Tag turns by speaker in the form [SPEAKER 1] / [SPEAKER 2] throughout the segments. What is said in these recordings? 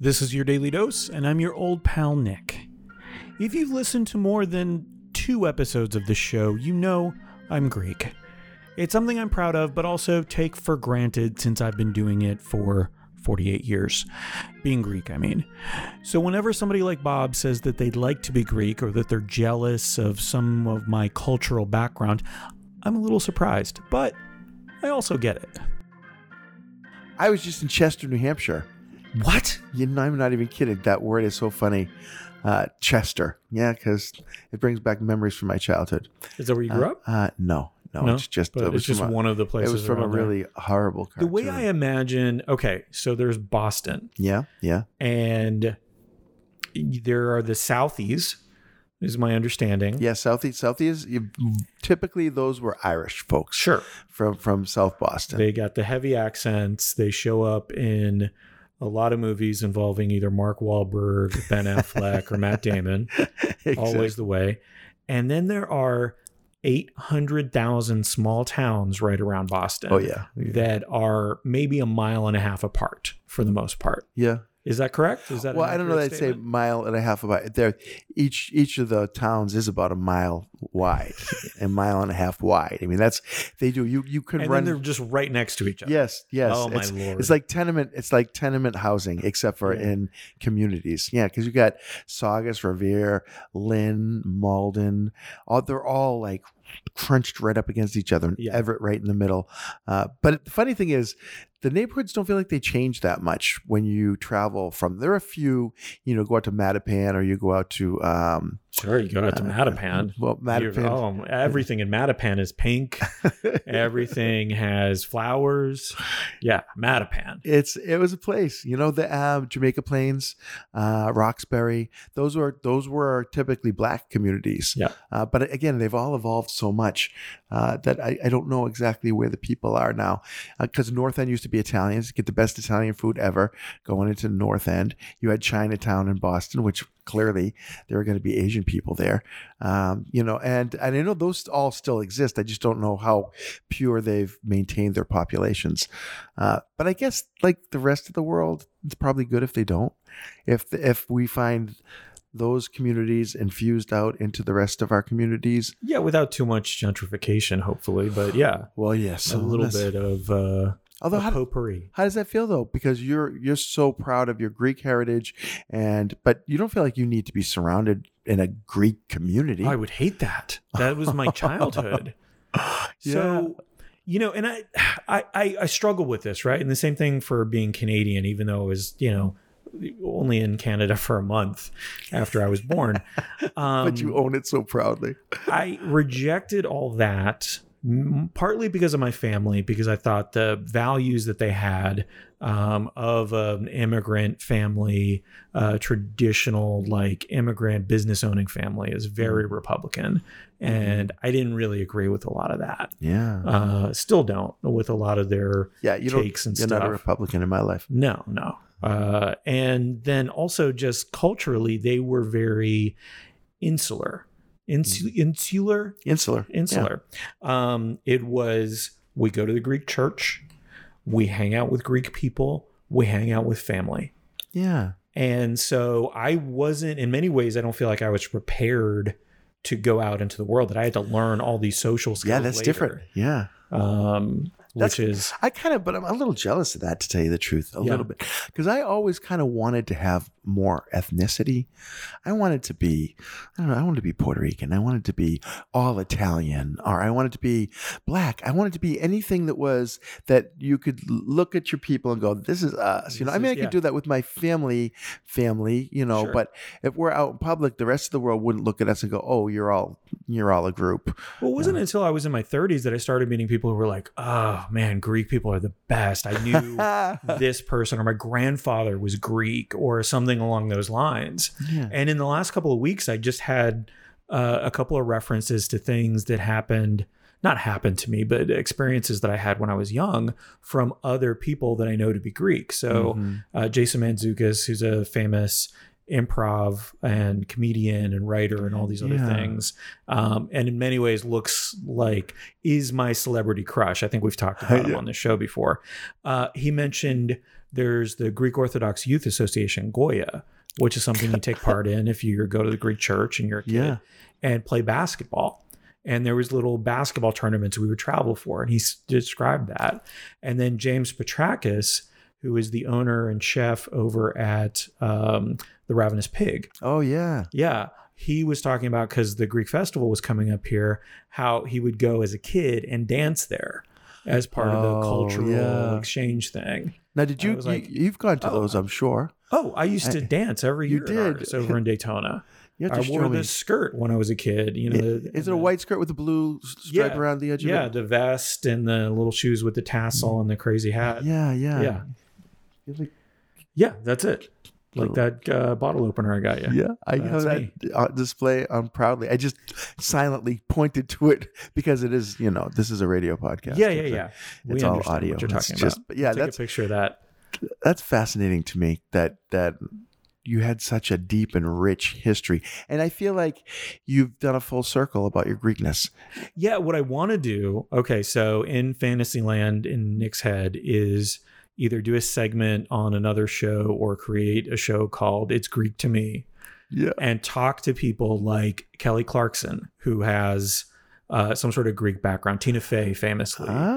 [SPEAKER 1] This is your Daily Dose, and I'm your old pal Nick. If you've listened to more than two episodes of this show, you know I'm Greek. It's something I'm proud of, but also take for granted since I've been doing it for 48 years. Being Greek, I mean. So, whenever somebody like Bob says that they'd like to be Greek or that they're jealous of some of my cultural background, I'm a little surprised, but I also get it.
[SPEAKER 2] I was just in Chester, New Hampshire.
[SPEAKER 1] What?
[SPEAKER 2] You know, I'm not even kidding. That word is so funny. Uh, Chester. Yeah, because it brings back memories from my childhood.
[SPEAKER 1] Is that where you grew
[SPEAKER 2] Uh,
[SPEAKER 1] up?
[SPEAKER 2] Uh, no, no,
[SPEAKER 1] No,
[SPEAKER 2] it's just
[SPEAKER 1] but
[SPEAKER 2] it was
[SPEAKER 1] it's just
[SPEAKER 2] from a-
[SPEAKER 1] one of the places.
[SPEAKER 2] It was from a
[SPEAKER 1] around there.
[SPEAKER 2] really horrible.
[SPEAKER 1] The
[SPEAKER 2] Cartoon.
[SPEAKER 1] way I imagine, okay, so there's Boston,
[SPEAKER 2] Yeah, yeah.
[SPEAKER 1] and there are the Southies, is my understanding.
[SPEAKER 2] Yeah, E, Southeast, Southeast. You, typically, those were Irish folks
[SPEAKER 1] Sure.
[SPEAKER 2] from from South Boston.
[SPEAKER 1] They got the heavy accents. They show up in a lot of movies involving either Mark Wahlberg, Ben Affleck, or Matt Damon.
[SPEAKER 2] Exactly.
[SPEAKER 1] Always the way. And then there are 800,000 small towns right around Boston.
[SPEAKER 2] Oh yeah, yeah.
[SPEAKER 1] That are maybe a mile and a half apart for the most part.
[SPEAKER 2] yeah.
[SPEAKER 1] Is that correct? Is that an
[SPEAKER 2] Well, I don't know.
[SPEAKER 1] accurate
[SPEAKER 2] I'd say
[SPEAKER 1] statement?
[SPEAKER 2] mile and a half about there. Each each of the towns is about a mile wide, a mile and a half wide. I mean, that's they do. You you could
[SPEAKER 1] and
[SPEAKER 2] run.
[SPEAKER 1] then they're just right next to each other.
[SPEAKER 2] yes, yes.
[SPEAKER 1] Oh my
[SPEAKER 2] it's,
[SPEAKER 1] lord.
[SPEAKER 2] it's like tenement. It's like tenement housing, except for
[SPEAKER 1] Yeah.
[SPEAKER 2] in communities. Yeah, because you got Saugus, Revere, Lynn, Malden. All they're all like crunched right up against each other. and
[SPEAKER 1] Yeah.
[SPEAKER 2] Everett right in the middle. Uh, but the funny thing is, the neighborhoods don't feel like they change that much when you travel from. There are a few, you know, go out to Mattapan or you go out to. Um,
[SPEAKER 1] sure, you go out to
[SPEAKER 2] uh,
[SPEAKER 1] Mattapan.
[SPEAKER 2] Well, Mattapan.
[SPEAKER 1] Oh, everything in Mattapan is pink. Everything has flowers. Yeah, Mattapan.
[SPEAKER 2] it's it was a place you know the uh, jamaica plains uh, roxbury those were those were typically black communities
[SPEAKER 1] Yeah.
[SPEAKER 2] uh, but again they've all evolved so much uh, that I, I don't know exactly where the people are now because north end used to be italians get the best italian food ever going into north end you had chinatown in boston which clearly there are going to be asian people there um, you know and, and i know those all still exist i just don't know how pure they've maintained their populations uh, but I guess like the rest of the world, it's probably good if they don't. If if we find those communities infused out into the rest of our communities,
[SPEAKER 1] Yeah, without too much gentrification, hopefully. But yeah,
[SPEAKER 2] well, yes,
[SPEAKER 1] a little bit of uh,
[SPEAKER 2] Although,
[SPEAKER 1] a
[SPEAKER 2] how,
[SPEAKER 1] potpourri.
[SPEAKER 2] how does that feel though? Because you're you're so proud of your Greek heritage, and but you don't feel like you need to be surrounded in a Greek community.
[SPEAKER 1] I would hate that. That was my childhood. So, you know, and I, I, I, I struggle with this, right? And the same thing for being Canadian, even though I was, you know, only in Canada for a month after I was born. Um,
[SPEAKER 2] but you own it so proudly.
[SPEAKER 1] I rejected all that m- partly because of my family because i thought the values that they had um, of an immigrant family uh, traditional like immigrant business owning family is
[SPEAKER 2] Mm.
[SPEAKER 1] very republican
[SPEAKER 2] Mm-hmm.
[SPEAKER 1] and i didn't really agree with a lot of that
[SPEAKER 2] Yeah,
[SPEAKER 1] uh, still don't with a lot of their
[SPEAKER 2] yeah. You don't.
[SPEAKER 1] takes and
[SPEAKER 2] You're not a
[SPEAKER 1] stuff
[SPEAKER 2] Republican in my life.
[SPEAKER 1] no, no. Uh, and then also just culturally, they were very insular, Insu-
[SPEAKER 2] Mm.
[SPEAKER 1] insular,
[SPEAKER 2] Insular. Yeah.
[SPEAKER 1] insular. Um, it was we go to the Greek church, we hang out with Greek people, we hang out with family.
[SPEAKER 2] Yeah.
[SPEAKER 1] And so I wasn't, in many ways, I don't feel like I was prepared to go out into the world that I had to learn all these social skills.
[SPEAKER 2] Yeah, that's
[SPEAKER 1] later.
[SPEAKER 2] different. Yeah.
[SPEAKER 1] Um,
[SPEAKER 2] That's-
[SPEAKER 1] which is,
[SPEAKER 2] I kind of, but I'm a little jealous of that, to tell you the truth, a
[SPEAKER 1] Yeah.
[SPEAKER 2] little bit, because I always kind of wanted to have more ethnicity. I wanted to be, I don't know, I wanted to be Puerto Rican. I wanted to be all Italian, or I wanted to be black. I wanted to be anything that was that you could l- look at your people and go, "This is us." You know,
[SPEAKER 1] This
[SPEAKER 2] I
[SPEAKER 1] is-
[SPEAKER 2] mean, I could
[SPEAKER 1] yeah.
[SPEAKER 2] do that with my family, family, you know,
[SPEAKER 1] Sure.
[SPEAKER 2] but if we're out in public, the rest of the world wouldn't look at us and go, "Oh, you're all, you're all a group."
[SPEAKER 1] Well, it wasn't until I was in my 30s that I started meeting people who were like, oh man, Greek people are the best. I knew this person, or my grandfather was Greek, or something along those lines.
[SPEAKER 2] Yeah.
[SPEAKER 1] And in the last couple of weeks, I just had uh, a couple of references to things that happened, not happened to me, but experiences that I had when I was young from other people that I know to be Greek. So,
[SPEAKER 2] Mhm.
[SPEAKER 1] uh, Jason Manzukis, who's a famous improv and comedian and writer and all these other
[SPEAKER 2] Yeah.
[SPEAKER 1] things. Um, and in many ways looks like is my celebrity crush. I think we've talked about him
[SPEAKER 2] Yeah.
[SPEAKER 1] on this show before. Uh, he mentioned there's the Greek Orthodox Youth Association, Goya, which is something you take part in if you go to the Greek church and you're a kid
[SPEAKER 2] Yeah.
[SPEAKER 1] and play basketball. And there was little basketball tournaments we would travel for, and he s- described that. And then James Petrakis, who is the owner and chef over at um, the Ravenous Pig,
[SPEAKER 2] Oh yeah.
[SPEAKER 1] yeah, he was talking about because the Greek festival was coming up here, how he would go as a kid and dance there as part of the
[SPEAKER 2] Oh,
[SPEAKER 1] cultural
[SPEAKER 2] yeah.
[SPEAKER 1] exchange thing.
[SPEAKER 2] Now did
[SPEAKER 1] I
[SPEAKER 2] you,
[SPEAKER 1] was like,
[SPEAKER 2] you you've gone to
[SPEAKER 1] oh,
[SPEAKER 2] those, I'm sure.
[SPEAKER 1] Oh, I used to
[SPEAKER 2] I-
[SPEAKER 1] dance every
[SPEAKER 2] you
[SPEAKER 1] year at
[SPEAKER 2] did.
[SPEAKER 1] Argos over in Daytona.
[SPEAKER 2] You have
[SPEAKER 1] I
[SPEAKER 2] to show
[SPEAKER 1] wore
[SPEAKER 2] me.
[SPEAKER 1] this skirt when I was a kid. You know, the,
[SPEAKER 2] Is it
[SPEAKER 1] and
[SPEAKER 2] a
[SPEAKER 1] the-
[SPEAKER 2] white skirt with a blue s- stripe
[SPEAKER 1] Yeah.
[SPEAKER 2] around the edge
[SPEAKER 1] Yeah,
[SPEAKER 2] of it?
[SPEAKER 1] the vest and the little shoes with the tassel and the crazy hat. Yeah,
[SPEAKER 2] Yeah, yeah.
[SPEAKER 1] Yeah.
[SPEAKER 2] You're like,
[SPEAKER 1] that's it. Like that uh, bottle opener I got you.
[SPEAKER 2] Yeah, I have
[SPEAKER 1] That's
[SPEAKER 2] that
[SPEAKER 1] me.
[SPEAKER 2] uh, display on proudly. I just silently pointed to it because it is, you know, this is a radio podcast.
[SPEAKER 1] yeah, yeah,
[SPEAKER 2] It's a-
[SPEAKER 1] yeah.
[SPEAKER 2] It's all audio.
[SPEAKER 1] What you're
[SPEAKER 2] It's
[SPEAKER 1] talking
[SPEAKER 2] just-
[SPEAKER 1] about.
[SPEAKER 2] but yeah,
[SPEAKER 1] Take
[SPEAKER 2] that's
[SPEAKER 1] a picture of that.
[SPEAKER 2] that's fascinating to me that that you had such a deep and rich history, and I feel like you've done a full circle about your Greekness.
[SPEAKER 1] Yeah, what I want to do, okay, so in Fantasyland in Nick's head is either do a segment on another show or create a show called It's Greek to Me
[SPEAKER 2] Yeah,
[SPEAKER 1] and talk to people like Kelly Clarkson, who has uh, some sort of Greek background, Tina Fey famously. uh,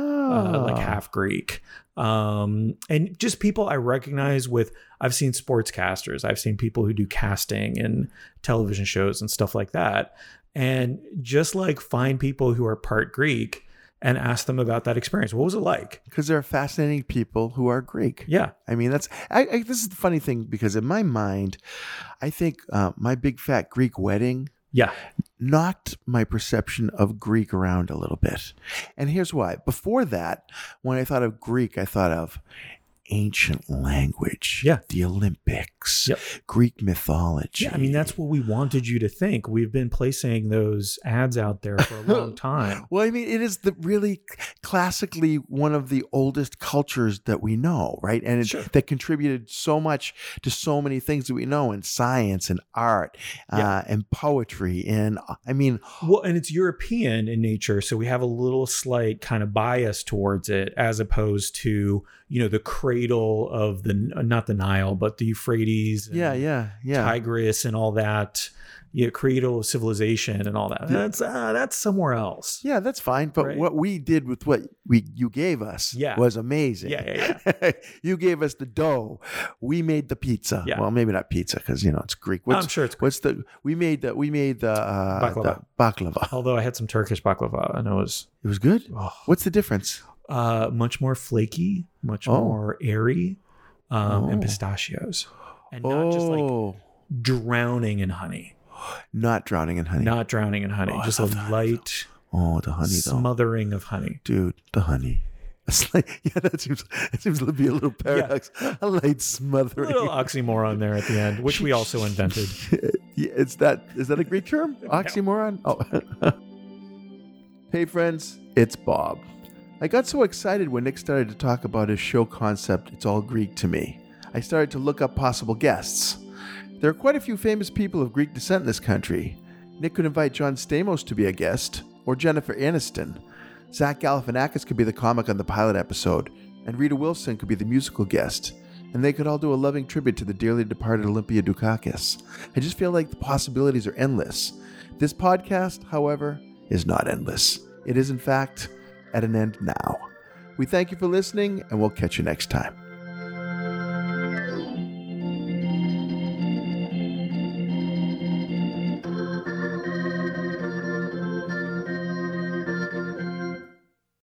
[SPEAKER 1] like
[SPEAKER 2] Ah.
[SPEAKER 1] half Greek. Um, and just people I recognize with I've seen sportscasters, I've seen people who do casting and television shows and stuff like that. And just like find people who are part Greek and ask them about that experience. What was it like?
[SPEAKER 2] because there are fascinating people who are Greek.
[SPEAKER 1] Yeah.
[SPEAKER 2] I mean, that's I, I, this is the funny thing because in my mind, I think uh, my big fat Greek wedding
[SPEAKER 1] Yeah.
[SPEAKER 2] knocked my perception of Greek around a little bit. And here's why. Before that, when I thought of Greek, I thought of ancient language,
[SPEAKER 1] Yeah.
[SPEAKER 2] the Olympics,
[SPEAKER 1] Yep.
[SPEAKER 2] Greek mythology.
[SPEAKER 1] Yeah. I mean, that's what we wanted you to think. We've been placing those ads out there for a long time.
[SPEAKER 2] well, I mean, it is the really classically one of the oldest cultures that we know, right? And it,
[SPEAKER 1] Sure.
[SPEAKER 2] that contributed so much to so many things that we know in science and art
[SPEAKER 1] Yeah.
[SPEAKER 2] uh, and poetry. And uh, I mean,
[SPEAKER 1] Well, and it's European in nature, so we have a little slight kind of bias towards it, as opposed to you know the cradle of the uh, not the Nile, but the Euphrates, and
[SPEAKER 2] yeah, yeah, yeah.
[SPEAKER 1] Tigris, and all that, yeah, cradle of civilization and all that.
[SPEAKER 2] Yeah.
[SPEAKER 1] That's uh, that's somewhere else.
[SPEAKER 2] Yeah, that's fine. But
[SPEAKER 1] Right.
[SPEAKER 2] what we did with what we you gave us
[SPEAKER 1] Yeah.
[SPEAKER 2] was amazing.
[SPEAKER 1] Yeah, yeah,
[SPEAKER 2] you gave us the dough. We made the pizza.
[SPEAKER 1] Yeah.
[SPEAKER 2] Well, maybe not pizza because you know it's Greek. What's
[SPEAKER 1] I'm sure it's.
[SPEAKER 2] what's the we made the we made the uh,
[SPEAKER 1] Baklava.
[SPEAKER 2] the baklava.
[SPEAKER 1] Although I had some Turkish baklava, and it was
[SPEAKER 2] It was good.
[SPEAKER 1] oh,
[SPEAKER 2] What's the difference?
[SPEAKER 1] uh, much more flaky, much
[SPEAKER 2] Oh.
[SPEAKER 1] more airy, um, and
[SPEAKER 2] Oh.
[SPEAKER 1] pistachios, and not
[SPEAKER 2] oh,
[SPEAKER 1] just like drowning in honey.
[SPEAKER 2] not drowning in honey.
[SPEAKER 1] Not drowning in honey,
[SPEAKER 2] Oh, I
[SPEAKER 1] just a
[SPEAKER 2] love the honey,
[SPEAKER 1] light
[SPEAKER 2] oh, the honey though,
[SPEAKER 1] smothering of honey.
[SPEAKER 2] dude. The honey. It's like, yeah, that seems that seems to be a little paradox. A light
[SPEAKER 1] A
[SPEAKER 2] smothering.
[SPEAKER 1] little oxymoron there at the end, which we also invented.
[SPEAKER 2] Yeah, it's that is that a Greek term? Oxymoron? Oh. hey friends, it's Bob. I got so excited when Nick started to talk about his show concept, It's All Greek to Me. I started to look up possible guests. There are quite a few famous people of Greek descent in this country. Nick could invite John Stamos to be a guest, or Jennifer Aniston. Zach Galifianakis could be the comic on the pilot episode, and Rita Wilson could be the musical guest. And they could all do a loving tribute to the dearly departed Olympia Dukakis. I just feel like the possibilities are endless. This podcast, however, is not endless. It is, in fact, at an end now. We thank you for listening, and we'll catch you next time.